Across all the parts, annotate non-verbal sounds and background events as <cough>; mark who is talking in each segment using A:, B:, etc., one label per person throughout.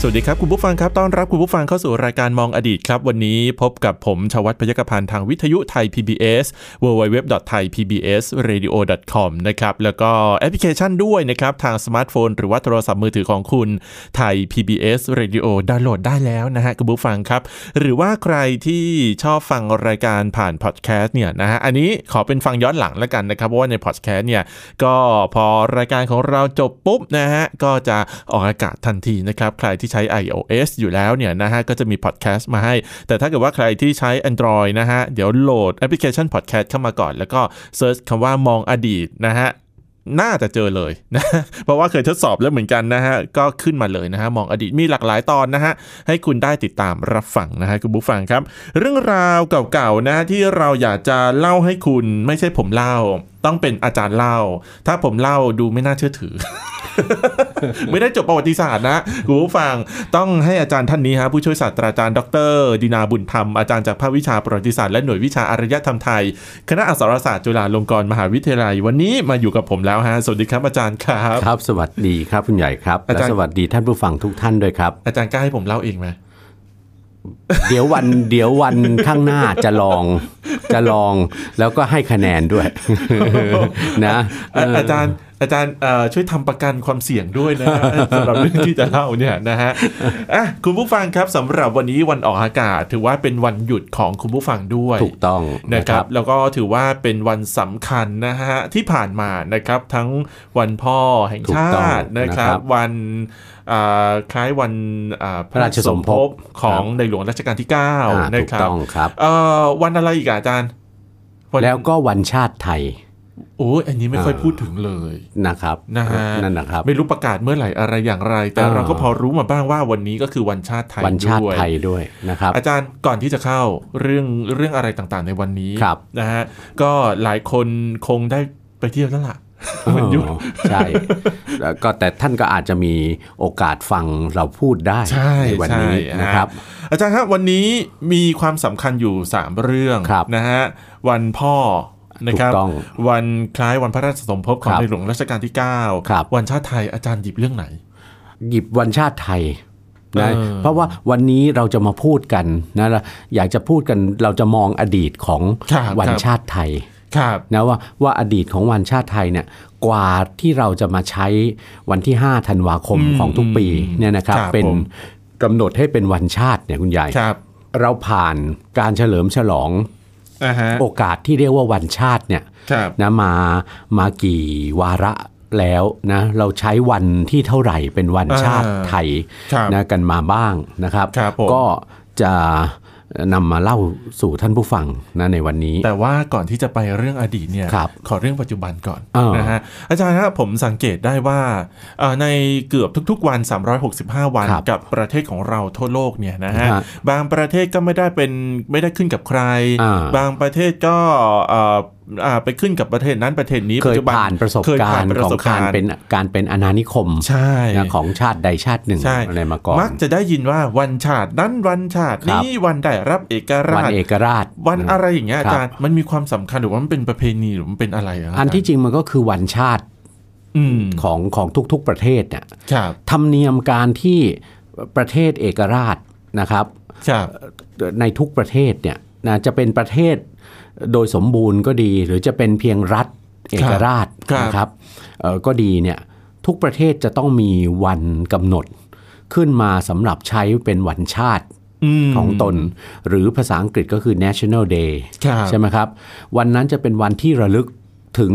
A: สวัสดีครับ คุณผู้ฟังครับต้อนรับคุณผู้ฟังเข้าสู่รายการมองอดีตครับ วันนี้พบกับผมชวัตพยกพันธ์ทางวิทยุไทย PBS www.thaipbsradio.com นะครับแล้วก็แอปพลิเคชันด้วยนะครับ ทางสมาร์ทโฟน หรือว่าโทรศัพท์มือถือของคุณไทย PBS Radio ดาวน์โหลดได้แล้วนะฮะคุณผู้ฟังครับ หรือว่าใครที่ชอบฟังรายการผ่านพอดแคสต์เนี่ยนะฮะอันนี้ขอเป็นฟังย้อนหลังแล้วกันนะครับเพราะว่าในพอดแคสต์เนี่ยก็พอรายการของเราจบปุ๊บนะฮะก็จะออกอากาศทันทีนะครับใครที่ใช้ iOS อยู่แล้วเนี่ยนะฮะก็จะมีพอดแคสต์มาให้ แต่ถ้าเกิดว่าใครที่ใช้ Android นะฮะเดี๋ยวโหลดแอปพลิเคชันพอดแคสต์เข้ามาก่อน แล้วก็เซิร์ชคำว่ามองอดีตนะฮะ น่าจะเจอเลยนะ เพราะว่าเคยทดสอบแล้วเหมือนกันนะฮะ ก็ขึ้นมาเลยนะฮะ มองอดีตมีหลากหลายตอนนะฮะ ให้คุณได้ติดตามรับฟังนะฮะคุณผู้ฟังครับ เรื่องราวเก่าๆนะฮะที่เราอยากจะเล่าให้คุณไม่ใช่ผมเล่า ต้องเป็นอาจารย์เล่า ถ้าผมเล่าดูไม่น่าเชื่อถือ <laughs> ไม่ได้จบประวัติศาสตร์นะคุณผู้ฟังต้องให้อาจารย์ท่านนี้ฮะผู้ช่วยศาสตราจารย์ดรดินาบุญธรรม อาจารย์จากภาควิชาประวัติศาสตร์และหน่วยวิชาอารยธรรมไทย คณะอักษรศาสตร์จุฬาลงกรณ์มหาวิทยาลัย วันนี้มาอยู่กับผมแล้วฮะสวัสดีครับอาจารย์ครับ
B: ครับ สวัสดีครับคุณใหญ่ครับ
A: อา
B: และ
A: จารย์
B: สวัสดีท่านผู้ฟังทุกท่านด้วยครับ
A: อาจารย์กล้าให้ผมเล่าเองไหม
B: เดี๋ยววัน
A: <laughs>
B: เดี๋ยววันข้างหน้าจะลองจะลองแล้วก็ให้คะแนนด้วย <laughs> นะ
A: อ่ะอาจารย์อาจารย์เอ่อช่วยทำประกันความเสี่ยงด้วยนะ <laughs> สำหรับเรื่องที่จะเล่าเนี่ยนะฮะอ่ะคุณผู้ฟังครับสำหรับวันนี้วันออกอากาศ ถือว่าเป็นวันหยุดของคุณผู้ฟังด้วย
B: ถูกต้อง
A: นะ
B: นะ
A: ค
B: ค
A: รั
B: รับ บ
A: แล้วก็ถือว่าเป็นวันสำคัญนะฮะที่ผ่านมานะครับทั้งวันพ่อแห่ง
B: ถูก
A: ชา
B: ต้อง
A: ตินะครับ
B: นะครับ
A: วันอ่าคล้ายวันอ่าพระราชสมภพของในหลวงรัชกาลที่
B: อ่า
A: 9นะ
B: ถู
A: ครั
B: ก
A: บ
B: ต้องครับ
A: เอ่อวันอะไรอีกอ่ะอาจารย์น
B: แล้วก็วันชาติไทย
A: โอ้ยอันนี้ไม่ค่อยพูดถึงเลย
B: นะครับ
A: นะฮะ
B: นั่นนะครับ
A: ไม่รู้ประกาศเมื่อไหร่อะไรอย่างไร แต่
B: อ่า
A: เราก็พอรู้มาบ้างว่าวันนี้ก็คือวันชาติไทย
B: วันชาติ
A: ด้วย
B: ไทยด้วยนะครับ
A: อาจารย์ก่อนที่จะเข้าเรื่องเรื่องอะไรต่างๆ ในวันนี้
B: ครับ
A: นะฮะก็หลายคนคงได้ไปเที่ยวแล้วล่ะ <laughs> มันหยุด
B: อ๋อใช่แล้วก็แต่ท่านก็อาจจะมีโอกาสฟังเราพูดได้
A: ใช่
B: ในวัน
A: ใช่
B: นี้นะครับ
A: ฮอาจารย์ครับวันนี้มีความสำคัญอยู่ 3 เรื่อง
B: ครับ
A: นะฮะวันพ่อนะครับ
B: ถูกต้อง
A: วันคล้ายวันพระราชสมภพของ
B: ครับ
A: ในหลวงรัชกาลที่ 9
B: ครับ
A: วันชาติไทยอาจารย์หยิบเรื่องไหน
B: หยิบวันชาติไทยนะ
A: เออ
B: เพราะว่าวันนี้เราจะมาพูดกันนะเราอยากจะพูดกันเราจะมองอดีตของ
A: ครับ
B: วันชาติไทย
A: ครับ
B: นะว่าว่าอดีตของวันชาติไทยเนี่ยกว่าที่เราจะมาใช้วันที่ 5 ธันวาคม
A: อืม
B: ของทุกปีเนี่ยนะครับ
A: ครับ
B: เป็น
A: ผม
B: กำหนดให้เป็นวันชาติเนี่ยคุณยาย
A: ครับ
B: เราผ่านการเฉลิมฉลอง
A: อ่าฮะ
B: โอกาสที่เรียกว่าวันชาติเนี่ย
A: ครับ
B: นะมามากี่วาระแล้วนะเราใช้วันที่เท่าไหร่เป็นวันชาติ
A: อ่า
B: ไทย
A: ครับ
B: นะกันมาบ้างนะครับ
A: ครับผม
B: ก็จะนำมาเล่าสู่ท่านผู้ฟังนะในวันนี้
A: แต่ว่าก่อนที่จะไปเรื่องอดีตเนี่ย
B: ครับ
A: ขอเรื่องปัจจุบันก่อน
B: อ่าน
A: นะฮะอาจารย์ครับผมสังเกตได้ว่าเอ่อในเกือบทุกๆวัน 365 วัน
B: ครับ
A: กับประเทศของเราทั่วโลกเนี่ยนะฮะ
B: ฮะ
A: บางประเทศก็ไม่ได้เป็นไม่ได้ขึ้นกับใคร
B: อ่า
A: บางประเทศก็เอ่ออ่าไปขึ้นกับประเทศนั้นประเทศนี้
B: เคย
A: จจุบั
B: ผ่านประสบ
A: เคย
B: กา
A: ผ่
B: รณ์
A: ประ
B: ของ
A: สบ
B: การเป็นการเป็นอาณานิคม
A: ใช่
B: นะของชาติใดชาติหนึ่ง
A: ใช่
B: อะไรมาก่อน
A: มักจะได้ยินว่าวันชาตินั้นวันชาติ
B: ครับ
A: นี้วันได้รับเอกรา
B: วัน
A: ช
B: เอกราช
A: วันอะไรอย่างเงี้ย
B: ครั
A: อา
B: บ
A: จารย์มันมีความสำคัญหรือว่ามันเป็นประเพณีหรือมันเป็นอะไระ
B: อันที่จริงมันก็คือวันชาติ
A: อืม
B: ของของทุกๆประเทศเนี่ย
A: ครับ
B: ธรรมเนียมการที่ประเทศเอกราชนะครับ
A: ครับ
B: ในทุกประเทศเนี่ยนะจะเป็นประเทศโดยสมบูรณ์ก็ดี หรือจะเป็นเพียงรัฐเอกราชนะครับเอ่อก็ดีเนี่ยทุกประเทศจะต้องมีวันกำหนด ขึ้นมาสำหรับใช้เป็นวันชาติ
A: ม
B: ของตน หรือภาษาอังกฤษก็คือ National Day
A: ครับ
B: ใช่ไหมครับ วันนั้นจะเป็นวันที่ระลึกถึง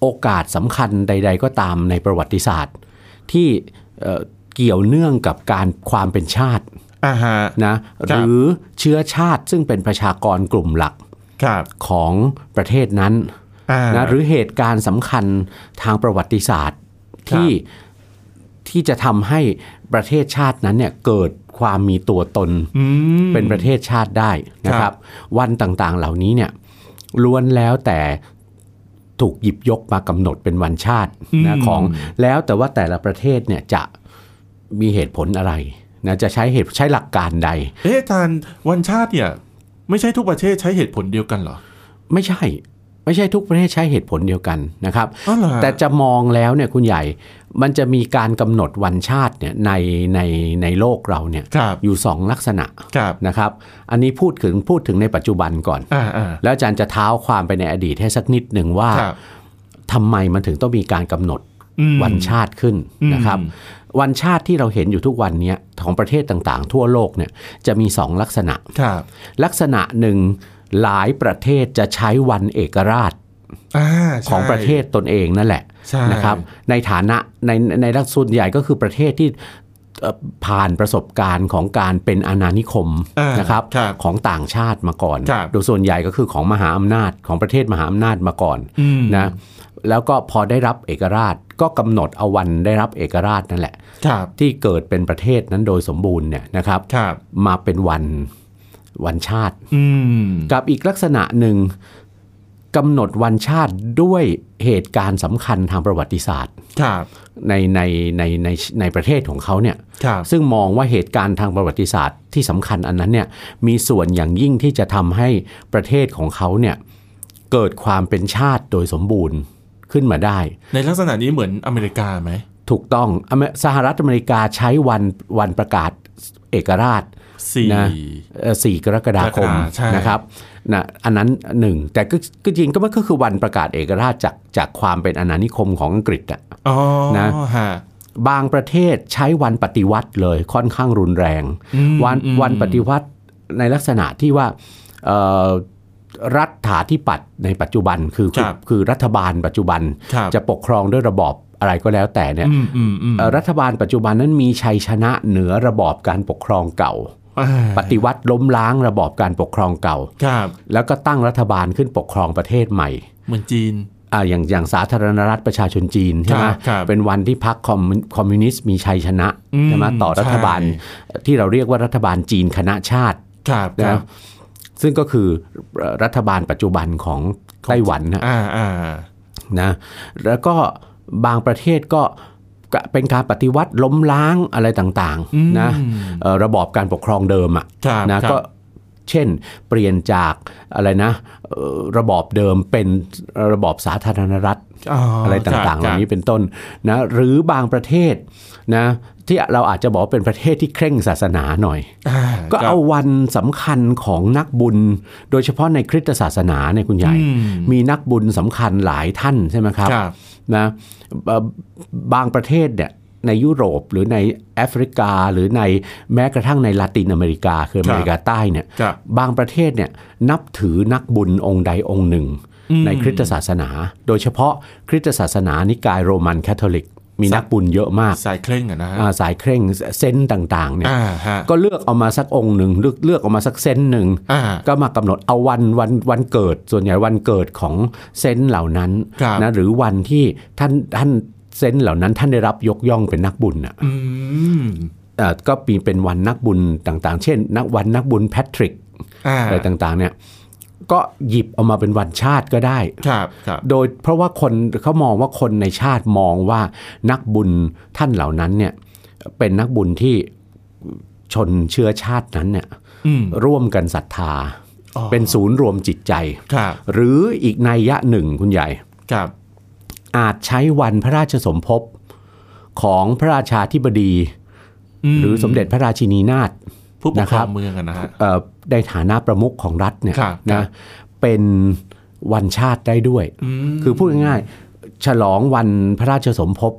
B: โอกาสสำคัญใด ๆ ก็ตามในประวัติศาสตร์ ที่เอ่อเกี่ยวเนื่องกับการความเป็นชาติ
A: อ่าฮะ
B: นะ
A: ค
B: ห
A: รับ
B: รือเชื้อชาติซึ่งเป็นประชากรกลุ่มหลัก
A: ครับ
B: ของประเทศนั้น
A: อ่า
B: นะหรือเหตุการณ์สำคัญทางประวัติศาสตร์
A: ครับ
B: ที่ที่จะทำให้ประเทศชาตินั้นเนี่ยเกิดความมีตัวตน
A: ม
B: เป็นประเทศชาติได้นะค
A: ครั
B: รับ บ วันต่างๆเหล่านี้เนี่ยล้วนแล้วแต่ถูกหยิบยกมากำหนดเป็นวันชาตินะของแล้วแต่ว่าแต่ละประเทศเนี่ยจะ มีเหตุผลอะไรนะจะใช้เหตุใช้หลักการใด
A: เอ๊ะอาจารย์วันชาติเนี่ย ไม่ใช่ทุกประเทศใช้เหตุผลเดียวกันเหรอ
B: ไม่ใช่ ไม่ใช่ทุกประเทศใช้เหตุผลเดียวกันนะครับ
A: อ๋อเหรอ
B: แต่จะมองแล้วเนี่ยคุณใหญ่มันจะมีการกำหนดวันชาติเนี่ยในในในโลกเราเนี่ย
A: ครับ
B: อยู่สองลักษณะ
A: ครับ
B: นะครับ อันนี้พูดถึงพูดถึงในปัจจุบันก่อน
A: อ่าอ่า
B: แล้วอาจารย์จะเท้าความไปในอดีตให้สักนิดหนึ่งว่า
A: ครับ
B: ทำไมมันถึงต้องมีการกำหนด
A: อืม
B: วันชาติขึ้น
A: อืม
B: นะครับ วันชาติที่เราเห็นอยู่ทุกวันเนี้ยของประเทศต่างๆ ทั่วโลกเนี่ยจะมีสองลักษณะ
A: ครับ
B: ลักษณะหนึ่งหลายประเทศจะใช้วันเอกราช
A: อ่าใช่
B: ของประเทศตนเองนั่นแหละ
A: ใช่
B: นะครับในฐานะในในลักส่วนใหญ่ก็คือประเทศที่เอ่อผ่านประสบการณ์ของการเป็นอาณานิคม
A: อ่า
B: นะครับ
A: ครับ
B: ของต่างชาติมาก่อน
A: ครับ
B: โดยส่วนใหญ่ก็คือของมหาอำนาจของประเทศมหาอำนาจมาก่อน
A: อืม
B: นะแล้วก็พอได้รับเอกราชก็กำหนดเอาวันได้รับเอกราชนั่นแหละ
A: ครับ
B: ที่เกิดเป็นประเทศนั้นโดยสมบูรณ์เนี่ยนะครับ
A: ครับ
B: มาเป็นวันวันชาติ
A: อืม
B: กับอีกลักษณะหนึ่งกำหนดวันชาติด้วยเหตุการณ์สำคัญทางประวัติศาสตร์
A: ครับ
B: ในในในในในประเทศของเขาเนี่ย
A: ครับ
B: ซึ่งมองว่าเหตุการณ์ทางประวัติศาสตร์ที่สำคัญอันนั้นเนี่ยมีส่วนอย่างยิ่งที่จะทำให้ประเทศของเขาเนี่ยเกิดความเป็นชาติโดยสมบูรณ์ขึ้นมาได้
A: ในลักษณะนี้เหมือนอเมริกาไหม
B: ถูกต้องอเมสหรัฐอเมริกาใช้วันวันประกาศเอกราช
A: สี่
B: นะ เอ่อ4กรกฎาคม
A: กรกฎาคมใช่
B: นะครับนะอันนั้นหนึ่งแต่ก็ก็จริงก็มันก็คือวันประกาศเอกราชจากจากความเป็นอาณานิคมของอังกฤษอะ
A: อ๋อ
B: นะ
A: ฮะ
B: บางประเทศใช้วันปฏิวัติเลยค่อนข้างรุนแรง
A: อืม
B: วัน
A: อืม
B: วันปฏิวัติในลักษณะที่ว่าเอ่อรัฐาธิปัตย์ในปัจจุบันคือ
A: ค
B: คื
A: รั
B: อบ คือรัฐบาลปัจจุบัน
A: ครับ
B: จะปกครองด้วยระบอบอะไรก็แล้วแต่เนี่ย
A: อืมอืมอืม
B: เอ่อรัฐบาลปัจจุบันนั้นมีชัยชนะเหนือระบอบการปกครองเก่า
A: อ่า
B: ปฏิวัติล้มล้างระบอบการปกครองเก่า
A: ครับ
B: แล้วก็ตั้งรัฐบาลขึ้นปกครองประเทศใหม่
A: เหมือนจีน
B: อ่าอย่างอย่างสาธารณรัฐประชาชนจีนใช่ไหม
A: ครับครับ
B: เป็นวันที่พรรคคอมมิวคอมมิวนิสต์มีชัยชนะ
A: อืม
B: ใช่ไหมต่อรัฐบาล
A: ใช่
B: ที่เราเรียกว่ารัฐบาลจีนคณะชาติ
A: ครับครั
B: นะ
A: บ
B: ซึ่งก็คือเอ่อรัฐบาลปัจจุบันของไต้หวันนะ
A: อ่าอ่า
B: นะแล้วก็บางประเทศก็ก็เป็นการปฏิวัติล้มล้างอะไรต่าง
A: อืม
B: ๆนะเอ่อระบอบการปกครองเดิมอ่ะ
A: ครับ
B: นะครับ ก็เช่นเปลี่ยนจากอะไรนะเอ่อระบอบเดิมเป็นระบอบสาธารณรัฐอะไรต่างๆเหล่านี้เป็นต้นนะหรือบางประเทศนะที่เราอาจจะบอกว่าเป็นประเทศที่เคร่งศาสนาหน่อย ก็เอาวันสำคัญของนักบุญ โดยเฉพาะในคริสตศาสนาเนี่ยคุณใหญ่
A: อืม
B: มีนักบุญสำคัญหลายท่านใช่ไหมครับ
A: ครับ
B: นะเอ่อบางประเทศเนี่ยในยุโรปหรือในแอฟริกา หรือในแม้กระทั่งในลาตินอเมริกาคืออเมริกาใต้เนี่ย
A: ครับ
B: บางประเทศเนี่ยนับถือนักบุญองค์ใดองค์หนึ่ง
A: อืม
B: ในคริสตศาสนา โดยเฉพาะคริสตศาสนานิกายโรมันคาทอลิก มี
A: ครับ
B: นักบุญเยอะมาก
A: สายเคร่งอะนะฮะ
B: อ่าสายเคร่งเซนต์ต่างๆเนี่ย
A: อ่าฮะ
B: ก็เลือกเอามาสักองค์หนึ่งเลือกเลือกเอามาสักเซนต์หนึ่ง
A: อ่า
B: ก็มากำหนดเอาวันวันวันเกิดส่วนใหญ่วันเกิดของเซนต์เหล่านั้น
A: ครับ
B: นะหรือวันที่ท่านท่านเซนต์เหล่านั้นท่านได้รับยกย่องเป็นนักบุญน่ะ
A: อืม
B: เอ่อก็มีเป็นวันนักบุญต่างๆ เช่น นักวันนักบุญแพทริก
A: อ่า
B: อะไรต่างๆเนี่ยก็หยิบเอามาเป็นวันชาติก็ได้
A: ครับครับ
B: โดยเพราะว่าคนเขามองว่าคนในชาติมองว่านักบุญท่านเหล่านั้นเนี่ยเป็นนักบุญที่ชนเชื้อชาตินั้นเนี่ย
A: อืม
B: ร่วมกันศรัทธา
A: อ๋อ
B: เป็นศูนย์รวมจิตใจ
A: ครับ
B: หรืออีกนัยยะหนึ่งคุณใหญ่
A: ครับ
B: อาจใช้วันพระราชสมภพของพระราชาธิบดี
A: ม
B: หรือสมเด็จพระราชินีนาถ
A: ผู้ปก
B: นะ
A: ค
B: ค
A: ร
B: รั
A: อบ งเมืองอะนะฮะ
B: เอ่อในฐานะประมุขของรัฐเนี่ย
A: ครับ
B: นะเป็นวันชาติได้ด้วย
A: ม
B: คือพูดง่ายๆฉลองวันพระราชสมภพ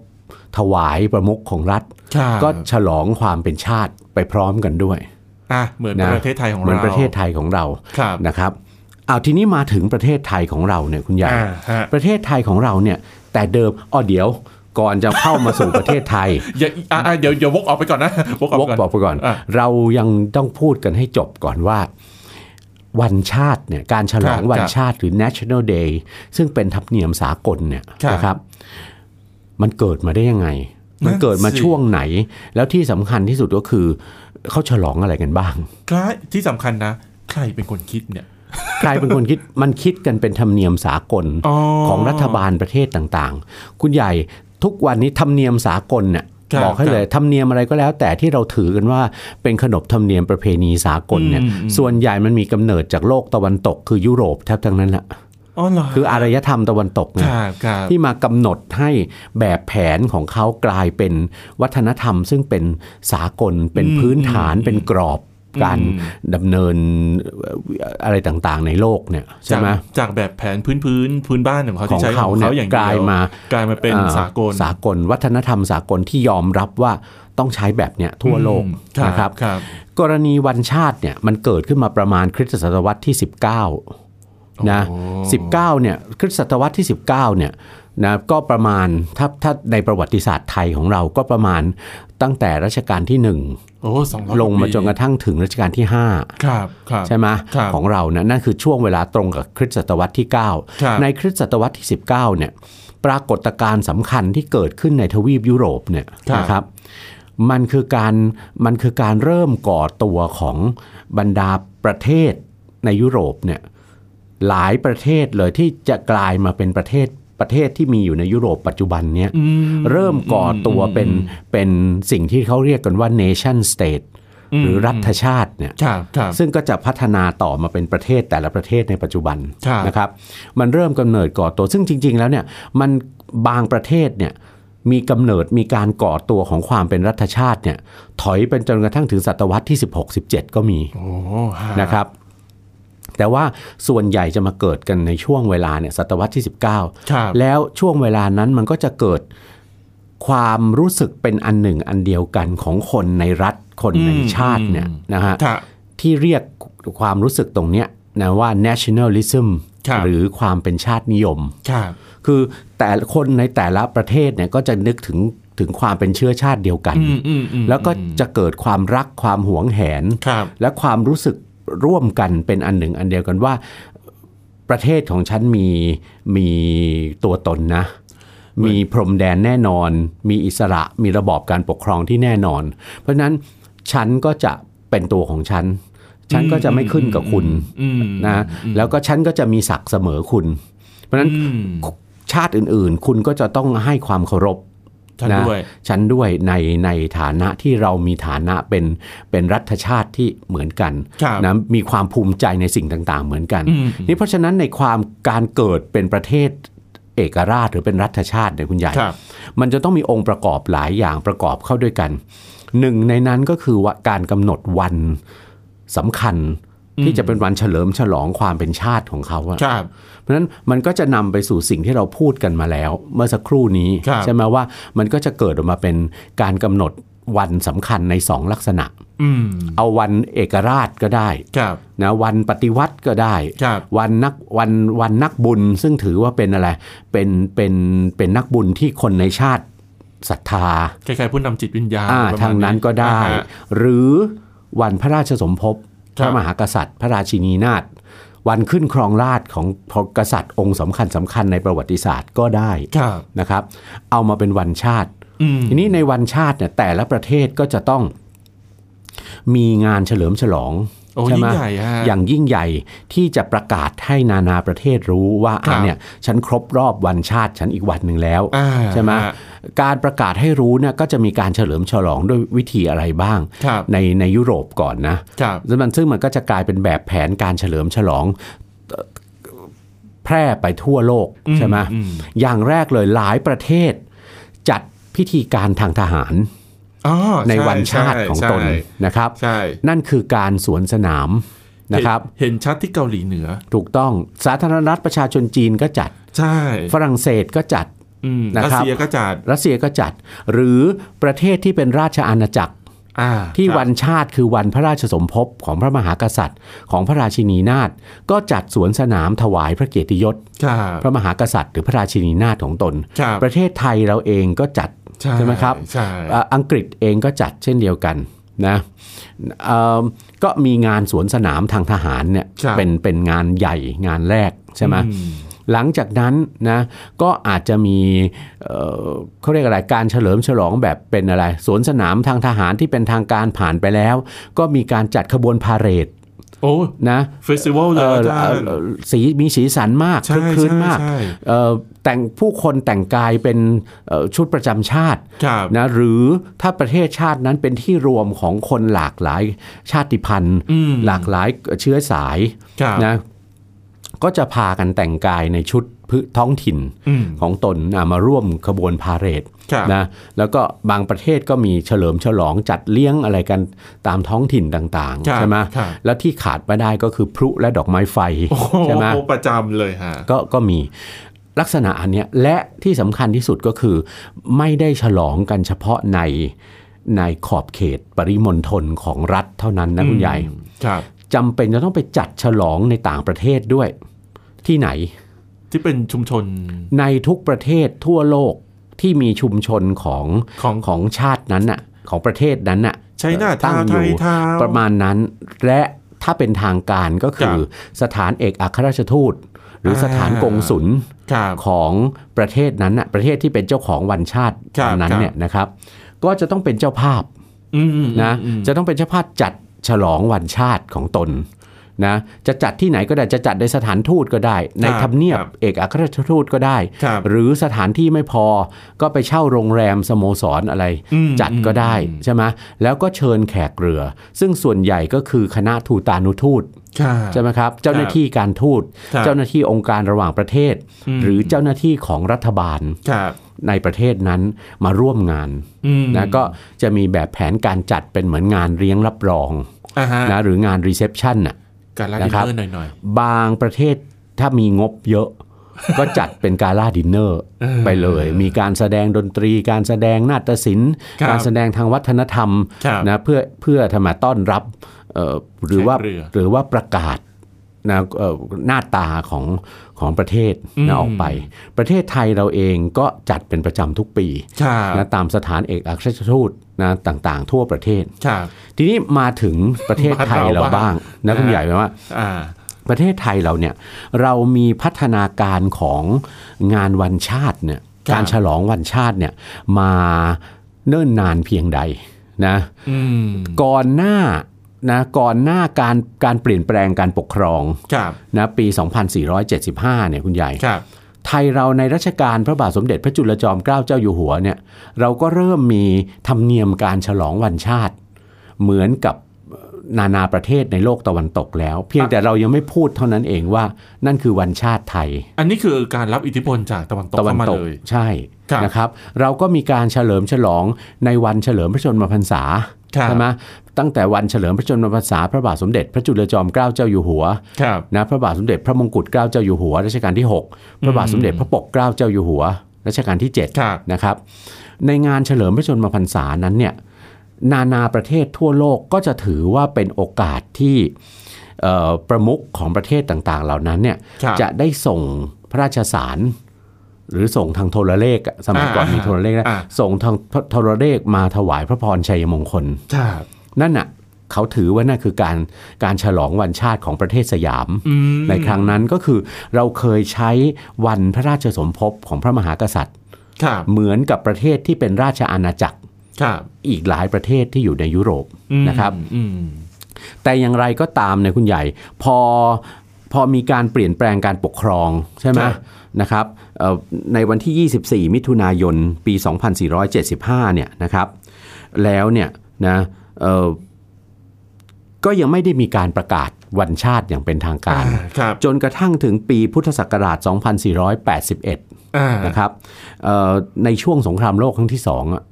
B: ถวายประมุขของรัฐ
A: ครับ
B: ก็ฉลองความเป็นชาติไปพร้อมกันด้วย
A: อ่ะเหมือน
B: นะ
A: ประเทศไทยของเรา
B: เหมือนประเทศไทยของเรา
A: ครับ
B: นะครับเอาทีนี้มาถึงประเทศไทยของเราเนี่ยคุณใหญ่
A: อ่าฮะ
B: ประเทศไทยของเราเนี่ย แต่เดิมอ๋อเดี๋ยวก่อนจะเข้ามาสู่ ประเทศไทย
A: อย่าอ่ะอ่ะเดี๋ยวเดี๋ยววกออกไปก่อนนะ วกออก
B: ว
A: ไป
B: ก
A: ก่อน
B: บอกไปก่อน
A: อ่ะ
B: เรายังต้องพูดกันให้จบก่อนว่า วันชาติเนี่ยการฉลอง
A: ครับ
B: วันชาติหรือ National Day ซึ่งเป็นธรรมเนียมสากลเนี่ย
A: ครับ
B: นะครับ มันเกิดมาได้ยังไง
A: นั่นสิ
B: มันเกิดมาช่วงไหน แล้วที่สำคัญที่สุดก็คือเขาฉลองอะไรกันบ้าง
A: ใครที่สำคัญนะ ใครเป็นคนคิดเนี่ย
B: ใครเป็นคนคิดมันคิดกันเป็นธรรมเนียมสากล ของรัฐบาลประเทศต่างๆ คุณใหญ่ทุกวันนี้ธรรมเนียมสากลเนี่ย
A: ครับ
B: บอกให้เลยธรรมเนียมอะไรก็แล้ว แต่ที่เราถือกันว่าเป็นขนบธรรมเนียมประเพณีสากลเนี่ย
A: อืมอืม
B: ส่วนใหญ่มันมีกำเนิดจากโลกตะวันตก คือยุโรปแทบทั้งนั้นแหละ
A: อ๋อเหรอ
B: คืออารยธรรมตะวันตก
A: ค
B: เนี่ย
A: รับครับ
B: ที่มากำหนดให้แบบแผนของเขากลายเป็นวัฒนธรรม ซึ่งเป็นสากลเป็นพื้นฐานเป็นกรอบการดำเนินเอ่ออะไรต่างๆในโลกเนี่ยใช่
A: จาก
B: ไหม
A: จากแบบแผนพื้นพื้นๆพื้นบ้านของเขา
B: ข
A: ที่
B: อง
A: ใช้
B: เขา
A: ของเขา
B: เนี่ย
A: อย่างเดีว
B: กลายมา
A: กลายมาเป็น
B: อ่
A: สากล
B: สากล วัฒนธรรมสากลที่ยอมรับว่าต้องใช้แบบเนี้ยทั่วโลก
A: อืมครับ
B: นะครับ
A: ครับ
B: กรณีวันชาติเนี่ยมันเกิดขึ้นมาประมาณคริสตศตวรรษที่ 19นะ
A: โอ้
B: 19เนี่ยคริสตศตวรรษที่ 19เนี่ยนะก็ประมาณถ้าถ้าในประวัติศาสตร์ไทยของเราก็ประมาณตั้งแต่รัชกาลที่
A: โอ้สองร้อย
B: 1 ลงมาจนกระทั่งถึงรัชกาลที่
A: ครับครับ
B: 5 ใช่ไหม
A: ครับ
B: ของเรานะนั่นคือช่วงเวลาตรงกับคริสตศตวรรษที่
A: ครับ
B: 9 ในคริสตศตวรรษที่ 19เนี่ยปรากฏการณ์สำคัญที่เกิดขึ้นในทวีปยุโรปเนี่ยนะครับ มันคือการมันคือการเริ่มก่อตัวของบรรดาประเทศในยุโรปเนี่ยหลายประเทศเลยที่จะกลายมาเป็นประเทศประเทศที่มีอยู่ในยุโรปปัจจุบันเนี่ยเริ่มก่อตัวเป็นเป็นสิ่งที่เขาเรียกกันว่า nation state หรือรัฐชาติเนี่ย
A: ครับครับ
B: ซึ่งก็จะพัฒนาต่อมาเป็นประเทศแต่ละประเทศในปัจจุบัน
A: ครับ
B: นะครับ มันเริ่มกำเนิดก่อตัวซึ่งจริง ๆ แล้วเนี่ยมันบางประเทศเนี่ยมีกำเนิดมีการก่อตัวของความเป็นรัฐชาติเนี่ยถอยเป็นจนกระทั่งถึงศตวรรษที่ 16 17 ก็มี
A: โอ้ฮ
B: นะครับ แต่ว่าส่วนใหญ่จะมาเกิดกันในช่วงเวลาเนี่ยศตวรรษที่ 19
A: ครับ
B: แล้วช่วงเวลานั้นมันก็จะเกิดความรู้สึกเป็นอันหนึ่งอันเดียวกันของคนในรัฐคนใน
A: อืม
B: ชาติเนี่ย
A: อืม
B: นะฮะ
A: ครับ
B: ที่เรียกความรู้สึกตรงเนี้ยนะว่า nationalism
A: ครับ
B: หรือความเป็นชาตินิยม
A: ครับ
B: คือแต่ละคนในแต่ละประเทศเนี่ยก็จะนึกถึงถึงความเป็นเชื้อชาติเดียวกัน
A: อืมอืมอืม
B: แล้วก็จะเกิดความรักความหวงแหน
A: ครับ
B: และความรู้สึกร่วมกันเป็นอันหนึ่งอันเดียวกันว่า ประเทศของฉันมีมีตัวตนนะ มีพรมแดนแน่นอน มีอิสระมีระบอบการปกครองที่แน่นอน เพราะฉะนั้นฉันก็จะเป็นตัวของฉัน ฉันก็จะไม่ขึ้นกับคุณ
A: อืม
B: นะแล้วก็ฉันก็จะมีศักดิ์เสมอคุณ เพราะฉะนั้น
A: อืม
B: ชาติอื่นๆ คุณก็จะต้องให้ความเคารพ
A: ท่าน
B: นะ
A: ด้วย
B: ฉันด้วยในในฐานะที่เรามีฐานะเป็นเป็นรัฐชาติที่เหมือนกัน
A: ครับ
B: นะมีความภูมิใจในสิ่งต่างๆ เหมือนกัน
A: อืม
B: นี่เพราะฉะนั้นในความการเกิดเป็นประเทศเอกราชหรือเป็นรัฐชาติเนี่ยคุณใหญ่
A: ครับ
B: มันจะต้องมีองค์ประกอบหลายอย่างประกอบเข้าด้วยกัน หนึ่งในนั้นก็คือว่าการกำหนดวันสำคัญที่จะเป็นวันเฉลิมฉลองความเป็นชาติของเขาอะ
A: ครับ
B: เพราะฉะนั้นมันก็จะนำไปสู่สิ่งที่เราพูดกันมาแล้ว เมื่อสักครู่นี้
A: ครับ
B: ใช่ไหมว่ามันก็จะเกิดออกมาเป็นการกำหนดวันสำคัญในสองลักษณะ
A: อืม
B: เอาวันเอกราชก็ได้
A: ครับ
B: นะวันปฏิวัติก็ได้
A: ครับ
B: วันนักวันวันนักบุญซึ่งถือว่าเป็นอะไรเป็นเป็นเป็นนักบุญที่คนในชาติศรัทธา
A: คล้ายๆผู้นำจิตวิญญาณ
B: อ่า
A: ประมณ
B: ทางนั้นก็ได้
A: อ่าฮะ
B: หรือวันพระราชสมภพพ
A: ครั
B: ระ
A: บ
B: มหากษัตริย์ พระราชินีนาถวันขึ้นครองราชย์ของพระกษัตริย์องค์สำคัญสำคัญในประวัติศาสตร์ก็ได้
A: ครับ
B: นะครับ เอามาเป็นวันชาติ
A: อืม
B: ทีนี้ในวันชาติเนี่ยแต่ละประเทศก็จะต้องมีงานเฉลิมฉลอง
A: โอ้
B: ใช่ไหม
A: ยิ่งใหญ่ฮะ
B: อย่างยิ่งใหญ่ที่จะประกาศให้นานาประเทศรู้ว่า
A: ครั
B: อ่ะ
A: บ
B: เนี่ยฉันครบรอบวันชาติฉันอีกวันหนึ่งแล้ว
A: อ่า
B: ใช่ไหม
A: ฮะ
B: การประกาศให้รู้เนี่ยก็จะมีการเฉลิมฉลองด้วยวิธีอะไรบ้าง
A: ครับ
B: ในในยุโรปก่อนนะครับ แล้วมันซึ่งมันก็จะกลายเป็นแบบแผนการเฉลิมฉลองเอ่อแพร่ไปทั่วโลกใช่ไหม
A: อืม
B: อย่างแรกเลยหลายประเทศ จัดพิธีการทางทหาร
A: อ๋อ
B: ใน
A: ช่
B: วันชาติของตน
A: ใช่
B: นะครับ
A: ใช่
B: นั่นคือการสวนสนามนะครับ
A: เห็เห็นชัดที่เกาหลีเหนือ
B: ถูกต้องสาธารณรัฐประชาชนจีนก็จัด
A: ใช่
B: ฝรั่งเศสก็จัด
A: อืม
B: นะ
A: รัส
B: ครับ
A: เซียก็จัด
B: รัสเซียก็จัด หรือประเทศที่เป็นราชอาณาจักร
A: อ่า
B: ที่
A: ครับ
B: วันชาติคือวันพระราชสมภพของพระมหากษัตริย์ ของพระราชินีนาถก็จัดสวนสนามถวายพระเกียรติยศ
A: ครับ
B: พระมหากษัตริย์หรือพระราชินีนาถของตน
A: ครับ
B: ประเทศไทยเราเองก็จัด ใช่ไหมครับ
A: ใช่
B: เอ่ออังกฤษเองก็จัดเช่นเดียวกันนะเอ่อก็มีงานสวนสนามทางทหารเนี่ย
A: ครับ
B: เป็นเป็นงานใหญ่งานแรกใช่ไหม
A: อืม
B: หลังจากนั้นนะก็อาจจะมีเอ่อเขาเรียกอะไรการเฉลิมฉลองแบบเป็นอะไรสวนสนามทางทหารที่เป็นทางการผ่านไปแล้ว ก็มีการจัดขบวนพาเหรด
A: โอ้
B: นะ
A: เฟสติวัลเลยอาจารย์
B: เอ่อสีมีสีสันมาก
A: ใช่
B: คึกคืนมาก
A: ใช่ใช่
B: เอ่อแต่งผู้คนแต่งกายเป็นเอ่อชุดประจำชาติ
A: ครับ
B: นะหรือถ้าประเทศชาตินั้นเป็นที่รวมของคนหลากหลายชาติพันธุ์
A: อืม
B: หลากหลายเชื้อสาย
A: ครับ
B: นะก็จะพากันแต่งกายในชุดพื้นท้องถิ่น
A: อืม
B: ของตนนะมาร่วมขบวนพาเหรด
A: ครับ
B: นะแล้วก็บางประเทศก็มีเฉลิมฉลองจัดเลี้ยงอะไรกันตามท้องถิ่นต่าง
A: ครับ
B: ๆ ใช่ไหม
A: ครับ
B: แล้วที่ขาดไม่ได้ก็คือพลุและดอกไม้ไฟ
A: โอ้โห
B: ใช่ไหม
A: ประจำเลยฮะ
B: ก็ก็มีลักษณะอันเนี้ยและที่สำคัญที่สุดก็คือ ไม่ได้ฉลองกันเฉพาะในในขอบเขตปริมณฑลของรัฐเท่านั้นนะคุณใหญ่
A: ครับ
B: จำเป็นจะต้องไปจัดฉลองในต่างประเทศด้วย ที่ไหน
A: ที่เป็นชุมชน
B: ในทุกประเทศทั่วโลกที่มีชุมชนของ
A: ของ
B: ของชาตินั้นน่ะของประเทศนั้นน่ะ
A: ใช้หน้า
B: เอ่อตั้ง
A: ทา
B: อ
A: ไท
B: ยู่
A: ยทาว
B: ประมาณนั้น และถ้าเป็นทางการก็คือ
A: ครับ
B: สถานเอกอัครราชทูต หรืออา สถานกงสุล
A: ครับ
B: ของประเทศนั้นน่ะประเทศที่เป็นเจ้าของวันชาติ
A: ครับ
B: นั้นเนี่ยนะครับ ก็จะต้องเป็นเจ้าภาพ
A: อืม
B: นะจะต้องเป็นเจ้าภาพจัดฉลองวันชาติของตนนะจะจัดที่ไหนก็ได้จะจัดในสถานทูตก็ได้ ในทำเนียบเอกอัครราชทูตก็ได้
A: ครับ
B: หรือสถานที่ไม่พอก็ไปเช่าโรงแรมสโมสรอะไร
A: อืม
B: จัดก็ได้
A: อืม
B: ใช่ไหมแล้วก็เชิญแขกเรือ ซึ่งส่วนใหญ่ก็คือคณะทูตานุทูต
A: ครับ
B: ใช่ไหมครับเจ้าหน้าที่การทูต
A: ครับ
B: เจ้าหน้าที่องค์การระหว่างประเทศ
A: อืม
B: หรือเจ้าหน้าที่ของรัฐบาล
A: ครับ
B: ในประเทศนั้นมาร่วมงาน
A: อืม
B: นะก็จะมีแบบแผนการจัดเป็นเหมือนงานเลี้ยงรับรอง
A: อ่าฮะ
B: นะหรืองานรีเซพชันน่ะ
A: การลาดิ
B: นะ
A: น
B: ครับ
A: เนอร์หน่อย
B: บางประเทศถ้ามีงบ
A: <laughs>
B: เยอะ ก็จัดเป็นการ่าดินเนอร์
A: เออ
B: ไปเลย มีการแสดงดนตรี การแสดงนาฏศิลป์
A: ครับ
B: การแสดงทางวัฒนธรรม
A: ครับ
B: นะเพื่อเพื่อทำมาต้อนรับเอ่อหรือว่า
A: แขกเรือ
B: หรือว่าประกาศนะเอ่อหน้าตาของของประเทศนะ
A: อืม
B: ออกไป ประเทศไทยเราเองก็จัดเป็นประจำทุกปี
A: ๆครับ
B: นะตามสถานเอกอัครราชทูตนะต่างๆ ทั่วประเทศ
A: ครับ
B: ทีนี้มาถึงประเทศไทย
A: บ้าน
B: เรา
A: เรา
B: บ้า
A: บ้าง ง
B: นะคุณ
A: นะ
B: ใหญ่แปลว่า
A: อ่า
B: ประเทศไทยเราเนี่ยเรามีพัฒนาการของงานวันชาติเนี่ย
A: ครับ
B: การฉลองวันชาติเนี่ยมาเนิ่นนานเพียงใดนะ
A: อืม
B: ก่อนหน้านะก่อนหน้าการการเปลี่ยนแปลงการปกครอง
A: ครับ
B: นะปี 2475เนี่ยคุณใหญ่
A: ครับ
B: ไทยเราในรัชกาลพระบาทสมเด็จพระจุลจอมเกล้าเจ้าอยู่หัวเนี่ยเราก็เริ่มมีธรรมเนียมการฉลองวันชาติ เหมือนกับเอ่อนานาประเทศในโลกตะวันตกแล้ว เพียงแต่เรายังไม่พูดเท่านั้นเองว่านั่นคือวันชาติไทย
A: อันนี้คือการรับอิทธิพลจากตะวันตก
B: ตะวั
A: เข้ามา
B: ตก
A: เลย
B: ใช่
A: ครับ
B: นะครับ เราก็มีการเฉลิมฉลองในวันเฉลิมพระชนมพรรษา
A: ครับ
B: ใช่ไหมตั้งแต่วันเฉลิมพระชนมพรรษาพระบาทสมเด็จพระจุลจอมเกล้าเจ้าอยู่หัว
A: ครับ
B: นะพระบาทสมเด็จพระมงกุฎเกล้าเจ้าอยู่หัวรัชกาลที่ 6 พระบาทสมเด็จพระปกเกล้าเจ้าอยู่หัวรัชกาลที่
A: ครับ
B: 7นะครับ ในงานเฉลิมพระชนมพรรษานั้นเนี่ยนานาประเทศทั่วโลกก็จะถือว่าเป็นโอกาสที่เอ่อประมุขของประเทศต่างๆ เหล่านั้นเนี่ย
A: ครับ
B: จะได้ส่งพระราชสาร หรือส่งทางโทรเลขอะสมัยก่อน
A: อ่ามี
B: มีโทรเลขนะ
A: อ่า
B: ส่งทางโทรเลขมาถวายพระพรชัยมงคล
A: ครับ
B: นั่นน่ะเขาถือว่านั่นคือการการฉลองวันชาติของประเทศสยาม
A: อืม
B: ในครั้งนั้นก็คือเราเคยใช้วันพระราชสมภพของพระมหากษัตริย์
A: ครับ
B: เหมือนกับประเทศที่เป็นราชอาณาจักร
A: ครับ
B: อีกหลายประเทศที่อยู่ในยุโรป
A: อืม
B: นะครับ
A: อืม
B: แต่อย่างไรก็ตามเนี่ยคุณใหญ่พอพอมีการเปลี่ยนแปลงการปกครองใช่ไหม
A: ครับ
B: นะครับเอ่อในวันที่ 24 มิถุนายน ปี 2475 เนี่ยนะครับ แล้วเนี่ยนะเอ่อก็ยังไม่ได้มีการประกาศวันชาติอย่างเป็นทางการ
A: อ่าครับ
B: จนกระทั่งถึงปีพุทธศักราช 2481
A: อ่า
B: นะครับเอ่อในช่วงสงครามโลกครั้งที่สองอะ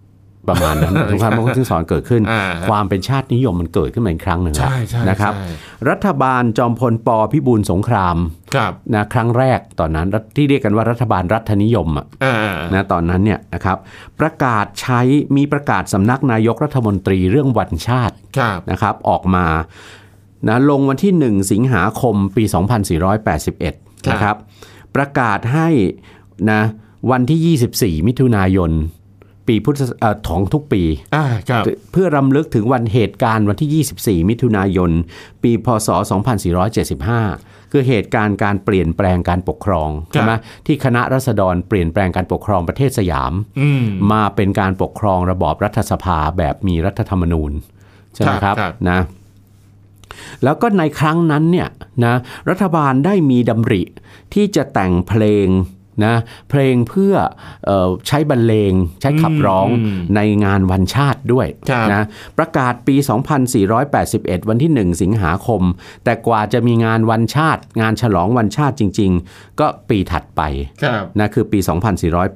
B: ประมาณ
A: <laughs>
B: นั้น สงครามโลกครั้งที่สองเกิดขึ้น
A: อ่า
B: ความเป็นชาตินิยมมันเกิดขึ้นมาอีกครั้งหนึ่งแล้ว
A: ใช่ใช่
B: นะครับ
A: ใช่
B: รัฐบาลจอมพลปพิบูลสงคราม
A: ครับ
B: นะครั้งแรกตอนนั้นรัฐที่เรียกกันว่ารัฐบาลรัฐนิยมอะ
A: อ่า
B: นะตอนนั้นเนี่ยนะครับประกาศใช้มีประกาศสำนักนายกรัฐมนตรีเรื่องวันชาติ
A: ครับ
B: นะครับออกมานะลงวันที่ 1 สิงหาคมปี 2481
A: ครับ
B: นะครับประกาศให้นะวันที่ 24 มิถุนายน ปีพุทธเอ่อของทุกปี
A: อ่าครับ
B: เพื่อรำลึกถึงวันเหตุการณ์วันที่ 24 มิถุนายน ปีพศ 2475 คือเหตุการณ์การเปลี่ยนแปลงการปกครองใช่ไหมที่คณะรัษฎรเปลี่ยนแปลงการปกครองประเทศสยาม
A: อืม
B: มาเป็นการปกครองระบอบรัฐสภาแบบมีรัฐธรรมนูญใช่ไหม
A: ครับ
B: ค
A: ค
B: รับ
A: รับ
B: นะ แล้วก็ในครั้งนั้นเนี่ยนะรัฐบาลได้มีดำริ ที่จะแต่งเพลงนะเพลงเพื่อเออใช้บรรเลง ใช้ขับร้อง
A: อืม
B: ในงานวันชาติด้วย
A: ครับ
B: นะประกาศปี 2481 วันที่ 1 สิงหาคม แต่กว่าจะมีงานวันชาติ งานฉลองวันชาติจริง ๆ ก็ปีถัดไป
A: ครับ
B: นะคือปี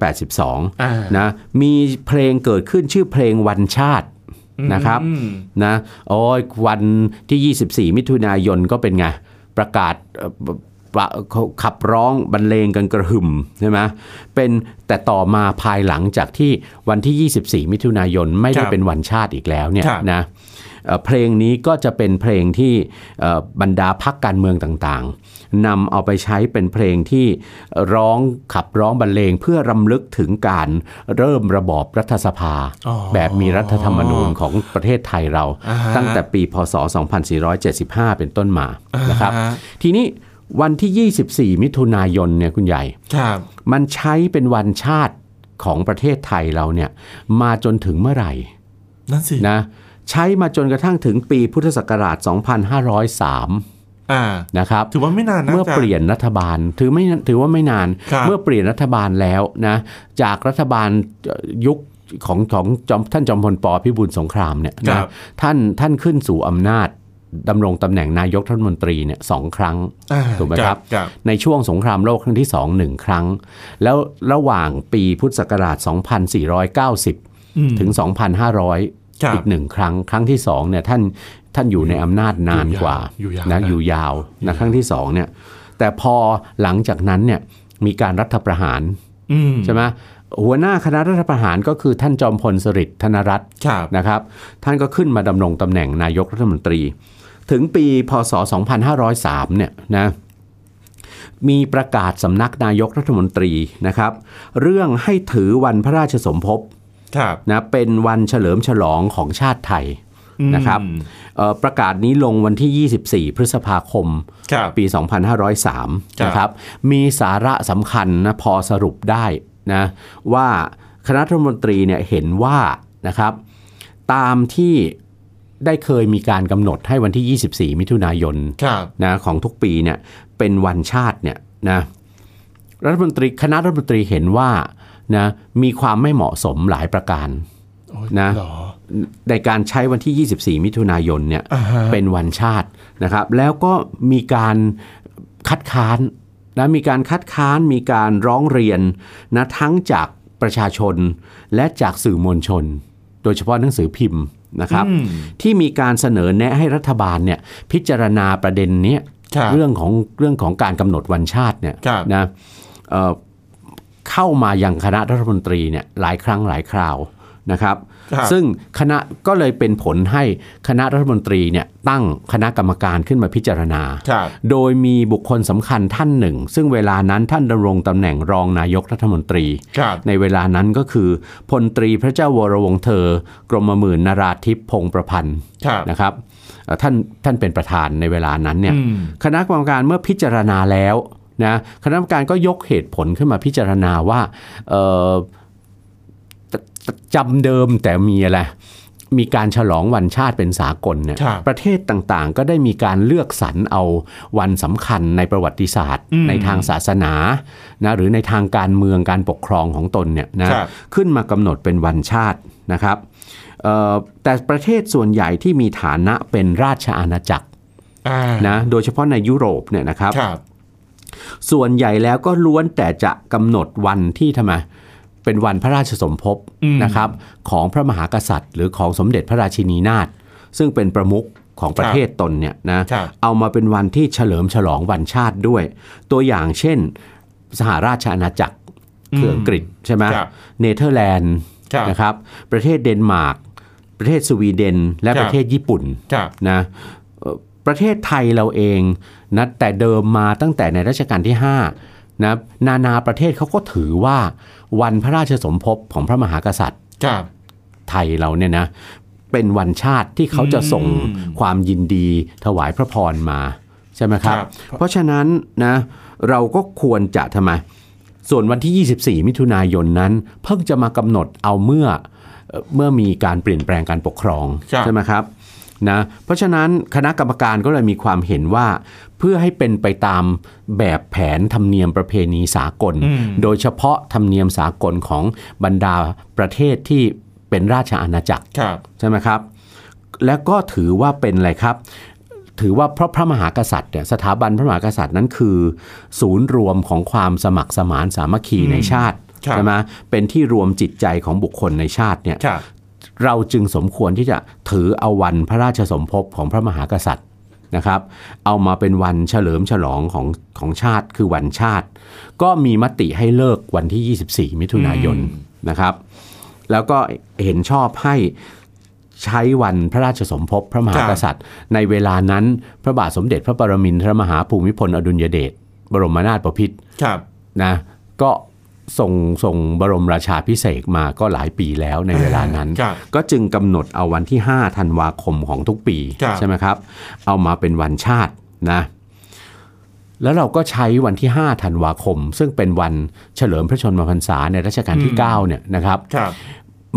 B: 2482
A: อ่า
B: นะมีเพลงเกิดขึ้นชื่อเพลงวันชาตินะครับ
A: อืม
B: นะโอ้ยวันที่ 24 มิถุนายนก็เป็นไง ประกาศเอ่อประขับร้องบรรเลงกันกระหึ่มใช่ไหมเป็นแต่ต่อมาภายหลังจากที่วันที่ 24 มิถุนายนไม่ได้
A: ครับ
B: เป็นวันชาติอีกแล้วเนี่ย
A: ครับ
B: นะเอ่อเพลงนี้ก็จะเป็นเพลงที่เอ่อบรรดาพักการเมืองต่างๆนำเอาไปใช้เป็นเพลงที่ร้องขับร้องบรรเลงเพื่อรำลึกถึงการเริ่มระบอบรัฐสภา
A: อ๋อ
B: แบบมีรัฐธรรมนูญ ของประเทศไทยเรา
A: อ่าฮะ
B: ตั้งแต่ปี พศ 2475 เป็นต้นมานะครับ
A: อ่าฮะ
B: ทีนี้วันที่ 24 มิถุนายนเนี่ยคุณใหญ่
A: ครับ
B: มันใช้เป็นวันชาติของประเทศไทยเราเนี่ยมาจนถึงเมื่อไหร่
A: นั่นสิ
B: นะใช้มาจนกระทั่งถึงปีพุทธศักราช 2503
A: อ่า
B: นะครับ
A: ถือว่าไม่นานนะ
B: เมื่อ
A: จาร
B: เปลี่ยนรัฐบาลถือไม่ถือว่าไม่นาน
A: ครับ
B: เมื่อเปลี่ยนรัฐบาลแล้วนะจากรัฐบาลยุคของของจอมท่านจอมพลปพิบูลสงครามเนี่ย
A: ครั
B: นะ
A: บ
B: ท่านท่านขึ้นสู่อำนาจดำรงตำแหน่งนายกรัฐมนตรีเนี่ยสองครั้ง
A: อ่า
B: ถูกไหมครับ
A: ครับ
B: ในช่วงสงครามโลกครั้งที่สองหนึ่งครั้ง แล้วระหว่างปีพุทธศักราช
A: อืม
B: 2490 ถึง
A: ครับ
B: 2500 อีกหนึ่งครั้ง ครั้งที่สองเนี่ยท่านท่านอยู่ในอำนาจนาน
A: อยู่ยาว
B: กว่า
A: อยู่ยาว
B: นะ
A: นะ
B: อยู่ยาวนะครั้งที่สองเนี่ยแต่พอหลังจากนั้นเนี่ยมีการรัฐประหาร
A: อืม
B: ใช่ไหมหัวหน้าคณะรัฐประหารก็คือท่านจอมพลสฤษดิ์ธนรัตน์
A: ครับ
B: นะครับท่านก็ขึ้นมาดำรงตำแหน่งนายกรัฐมนตรี ถึงปีพศ 2503 เนี่ยนะมีประกาศสำนักนายกรัฐมนตรีนะครับ เรื่องให้ถือวันพระราชสมภพ
A: ครับ
B: นะเป็นวันเฉลิมฉลองของชาติไทย
A: อืม
B: นะครับเอ่อประกาศนี้ลงวันที่ 24 พฤษภาคม
A: ครับ
B: ปี 2503
A: ครับ
B: นะครับ มีสาระสำคัญนะพอสรุปได้นะว่าคณะรัฐมนตรีเนี่ยเห็นว่านะครับตามที่ได้เคยมีการกำหนดให้วันที่ 24 มิถุนายน
A: ครับ
B: นะของทุกปีเนี่ยเป็นวันชาติเนี่ยนะรัฐมนตรีคณะรัฐมนตรีเห็นว่านะมีความไม่เหมาะสมหลายประการ
A: โอ้ย
B: นะ
A: เหรอ
B: ในการใช้วันที่ 24 มิถุนายนเนี่ย
A: อ่าฮะ
B: เป็นวันชาตินะครับ แล้วก็มีการคัดค้านนะมีการคัดค้านมีการร้องเรียนนะทั้งจากประชาชนและจากสื่อมวลชน โดยเฉพาะหนังสือพิมพ์นะครับ
A: อืม
B: ที่มีการเสนอแนะให้รัฐบาลเนี่ยพิจารณาประเด็นเนี้ย
A: ครับ
B: เรื่องของเรื่องของการกำหนดวันชาติเนี่ย
A: ครับ
B: นะเอ่อเข้ามายังคณะรัฐมนตรีเนี่ยหลายครั้งหลายคราวนะครับ
A: ครับ
B: ซึ่งคณะก็เลยเป็นผลให้คณะรัฐมนตรีเนี่ยตั้งคณะกรรมการขึ้นมาพิจารณา
A: ครับ
B: โดยมีบุคคลสำคัญท่านหนึ่ง ซึ่งเวลานั้นท่านดำรงตำแหน่งรองนายกรัฐมนตรี
A: ครับ
B: ในเวลานั้นก็คือพลตรีพระเจ้าวรวงศ์เธอ กรมหมื่นนราธิปพงศ์ประพันธ์
A: ครับ
B: นะครับเอ่อท่านท่านเป็นประธานในเวลานั้นเนี่ย
A: อืม
B: คณะกรรมการเมื่อพิจารณาแล้วนะคณะกรรมการก็ยกเหตุผลขึ้นมาพิจารณาว่าเอ่อจจำเดิมแต่มีอะไรมีการฉลองวันชาติเป็นสากลเนี่ย
A: ครับ
B: ประเทศต่างๆ ก็ได้มีการเลือกสรรเอาวันสำคัญในประวัติศาสตร์ ในทางศาสนานะหรือในทางการเมืองการปกครองของตนเนี่ยนะ
A: ครับ
B: ขึ้นมากำหนดเป็นวันชาตินะครับเอ่อแต่ประเทศส่วนใหญ่ที่มีฐานะเป็นราชอาณาจักร
A: อ่า
B: นะโดยเฉพาะในยุโรปเนี่ยนะครับ
A: ครับ
B: ส่วนใหญ่แล้วก็ล้วนแต่จะกำหนดวันที่ทำไมเป็นวันพระราชสมภพ
A: อืม
B: นะครับของพระมหากษัตริย์ หรือของสมเด็จพระราชินีนาถซึ่งเป็นประมุขของประเทศตนเนี่ยนะครับ เอามาเป็นวันที่เฉลิมฉลองวันชาติด้วย ตัวอย่างเช่น สหราชอาณาจักรคืออังกฤษใช่ไหม
A: ครับ
B: เนเธอร์แลนด์
A: ครับ
B: นะครับประเทศเดนมาร์กประเทศสวีเดน และ
A: ครับ
B: ประเทศญี่ปุ่น
A: ครับ
B: นะเอ่อประเทศไทยเราเองนะแต่เดิมมาตั้งแต่ในรัชกาลที่5นะนานาประเทศเขาก็ถือว่าวันพระราชสมภพของพระมหากษัตริย์
A: ครับ
B: ไทยเราเนี่ยนะเป็นวันชาติที่เขาจะส่ง
A: อืม
B: ความยินดีถวายพระพรมาใช่ไหมครับ
A: ครับ
B: เพราะฉะนั้นนะเราก็ควรจะทำไมส่วนวันที่ 24 มิถุนายนนั้น เพิ่งจะมากำหนดเอาเมื่อเอ่อเมื่อมีการเปลี่ยนแปลงการปกครอง
A: ครับ
B: ใช่ไหมครับ นะเพราะฉะนั้นคณะกรรมการก็เลยมีความเห็นว่า เพื่อให้เป็นไปตามแบบแผนธรรมเนียมประเพณีสากล
A: อืม
B: โดยเฉพาะธรรมเนียมสากลของบรรดาประเทศที่เป็นราชอาณาจักร
A: ครับ
B: ใช่ไหมครับ และก็ถือว่าเป็นอะไรครับ ถือว่าเพราะพระมหากษัตริย์เนี่ยสถาบันพระมหากษัตริย์นั้นคือ ศูนย์รวมของความสมัครสมานสามัคคี
A: อืม
B: ในชาติ
A: ครับ
B: ใช่ไหมเป็นที่รวมจิตใจของบุคคลในชาติเนี่ย
A: ครับ
B: เราจึงสมควรที่จะถือเอาวันพระราชสมภพของพระมหากษัตริย์นะครับ เอามาเป็นวันเฉลิมฉลองของของชาติคือวันชาติ ก็มีมติให้เลิกวันที่ 24 มิถุนายน
A: อืม
B: นะครับ แล้วก็เห็นชอบให้ใช้วันพระราชสมภพพระมหากษัตริย์ ในเวลานั้นพระบาทสมเด็จพระปรมินทรมหาภูมิพลอดุลยเดชบรมนาถบพิตร
A: ครับ
B: นะก็ส่งส่งบรมราชาพิเศษกมาก็หลายปีแล้วในเวลานั้น
A: ครับ
B: ก็จึงกำหนดเอาวันที่ 5 ธันวาคมของทุกปี
A: ครับ
B: ใช่ไหมครับ เอามาเป็นวันชาตินะแล้วเราก็ใช้วันที่ 5 ธันวาคม ซึ่งเป็นวันเฉลิมพระชนมพรรษาในรัชกาลที่ 9 เนี่ยนะครับ
A: ครับ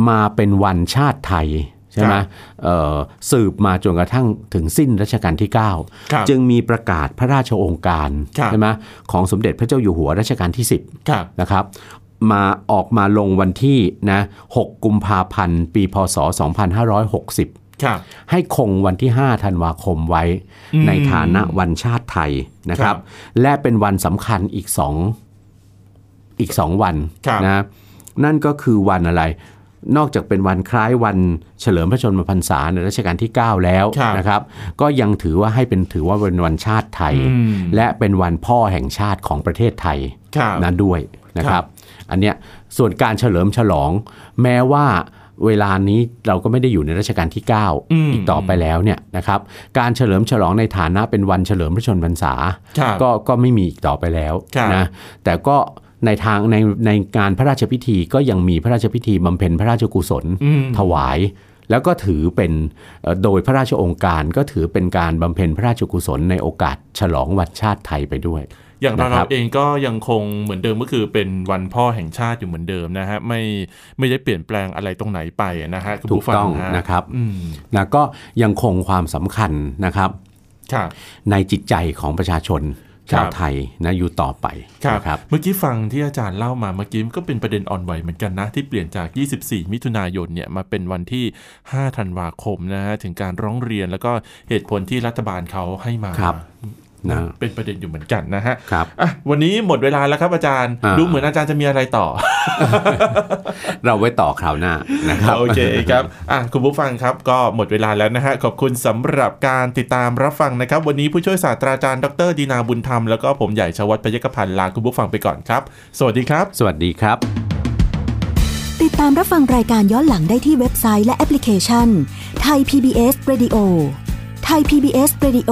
B: มาเป็นวันชาติไทยใช่ไหม
A: ครับ
B: เอ่อสืบมาจนกระทั่งถึงสิ้นรัชกาลที่
A: ครับ
B: 9 จึงมีประกาศพระราชโองการ
A: ครับ
B: ใช่ไหมของสมเด็จพระเจ้าอยู่หัวรัชกาลที่ 10
A: ครับ
B: นะครับ มาออกมาลงวันที่นะ6กุมภาพันธ์ ปีพศ 2560
A: ครับ
B: ให้คงวันที่ 5 ธันวาคมไว้
A: อืม
B: ในฐานะวันชาติไทยนะ
A: ค
B: ครั
A: รับ บ
B: และเป็นวันสำคัญอีกสองอีกสองวัน
A: ครับ
B: นะนั่นก็คือวันอะไร นอกจากเป็นวันคล้ายวันเฉลิมพระชนมพรรษาในรัชกาลที่ 9 แล้วนะครับ ก็ยังถือว่าให้เป็นถือว่าเป็นวันชาติไทย
A: อืม
B: และเป็นวันพ่อแห่งชาติของประเทศไทย
A: ครับ
B: นั้นด้วยนะค
A: ครั
B: รับ
A: บ
B: อันเนี้ยส่วนการเฉลิมฉลอง แม้ว่าเวลานี้เราก็ไม่ได้อยู่ในรัชกาลที่ 9
A: อืม
B: อีกต่อไปแล้วเนี่ยนะครับการเฉลิมฉลองในฐานะเป็นวันเฉลิมพระชนมพรรษา
A: ครับ
B: ก็ก็ไม่มีอีกต่อไปแล้ว
A: ครับ
B: นะแต่ก็ในทางในในการพระราชพิธีก็ยังมีพระราชพิธีบำเพ็ญพระราชกุศล
A: อืม
B: ถวาย แล้วก็ถือเป็นเอ่อโดยพระราชองค์การก็ถือเป็นการบำเพ็ญพระราชกุศลในโอกาสฉลองวันชาติไทยไปด้วย
A: อย่างเรา
B: นะครับ
A: เองก็ยังคงเหมือนเดิมก็คือเป็นวันพ่อแห่งชาติอยู่เหมือนเดิมนะฮะไม่ไม่ได้เปลี่ยนแปลงอะไรตรงไหนไปนะฮะคุณผู้ฟั
B: ถูกต้อง
A: ฮ
B: นะครับ
A: อืม
B: นะก็ยังคงความสำคัญนะครับ
A: ครับ
B: ในจิตใจของประชาชนชาวไทยนะอยู่ต่อไป
A: ครับ
B: นะครับ
A: เมื่อกี้ฟังที่อาจารย์เล่ามาเมื่อกี้มันก็เป็นประเด็นอ่อนไหวเหมือนกันนะ ที่เปลี่ยนจาก 24 มิถุนายนเนี่ยมาเป็นวันที่ 5 ธันวาคมนะฮะถึงการร้องเรียนแล้วก็เหตุผลที่รัฐบาลเขาให้มา
B: ครับ นะ
A: เป็นประเด็นอยู่เหมือนกันนะฮะ
B: ครับ
A: อ่ะวันนี้หมดเวลาแล้วครับอาจารย์
B: อ่า
A: ดูเหมือนอาจารย์จะมีอะไรต่อ
B: เราไว้ต่อคราวหน้านะครับ
A: โอเคครับอ่ะคุณผู้ฟังครับก็หมดเวลาแล้วนะฮะ ขอบคุณสำหรับการติดตามรับฟังนะครับ วันนี้ผู้ช่วยศาสตราจารย์ดรดีนาบุญธรรม แล้วก็ผมใหญ่ชวัฒน์พยกพันธ์ลาคุณผู้ฟังไปก่อนครับ สวัสดีครับ
B: สวัสดีครับ
C: ติดตามรับฟังรายการย้อนหลังได้ที่เว็บไซต์และแอปพลิเคชันไทย PBS Radio ไทย PBS Radio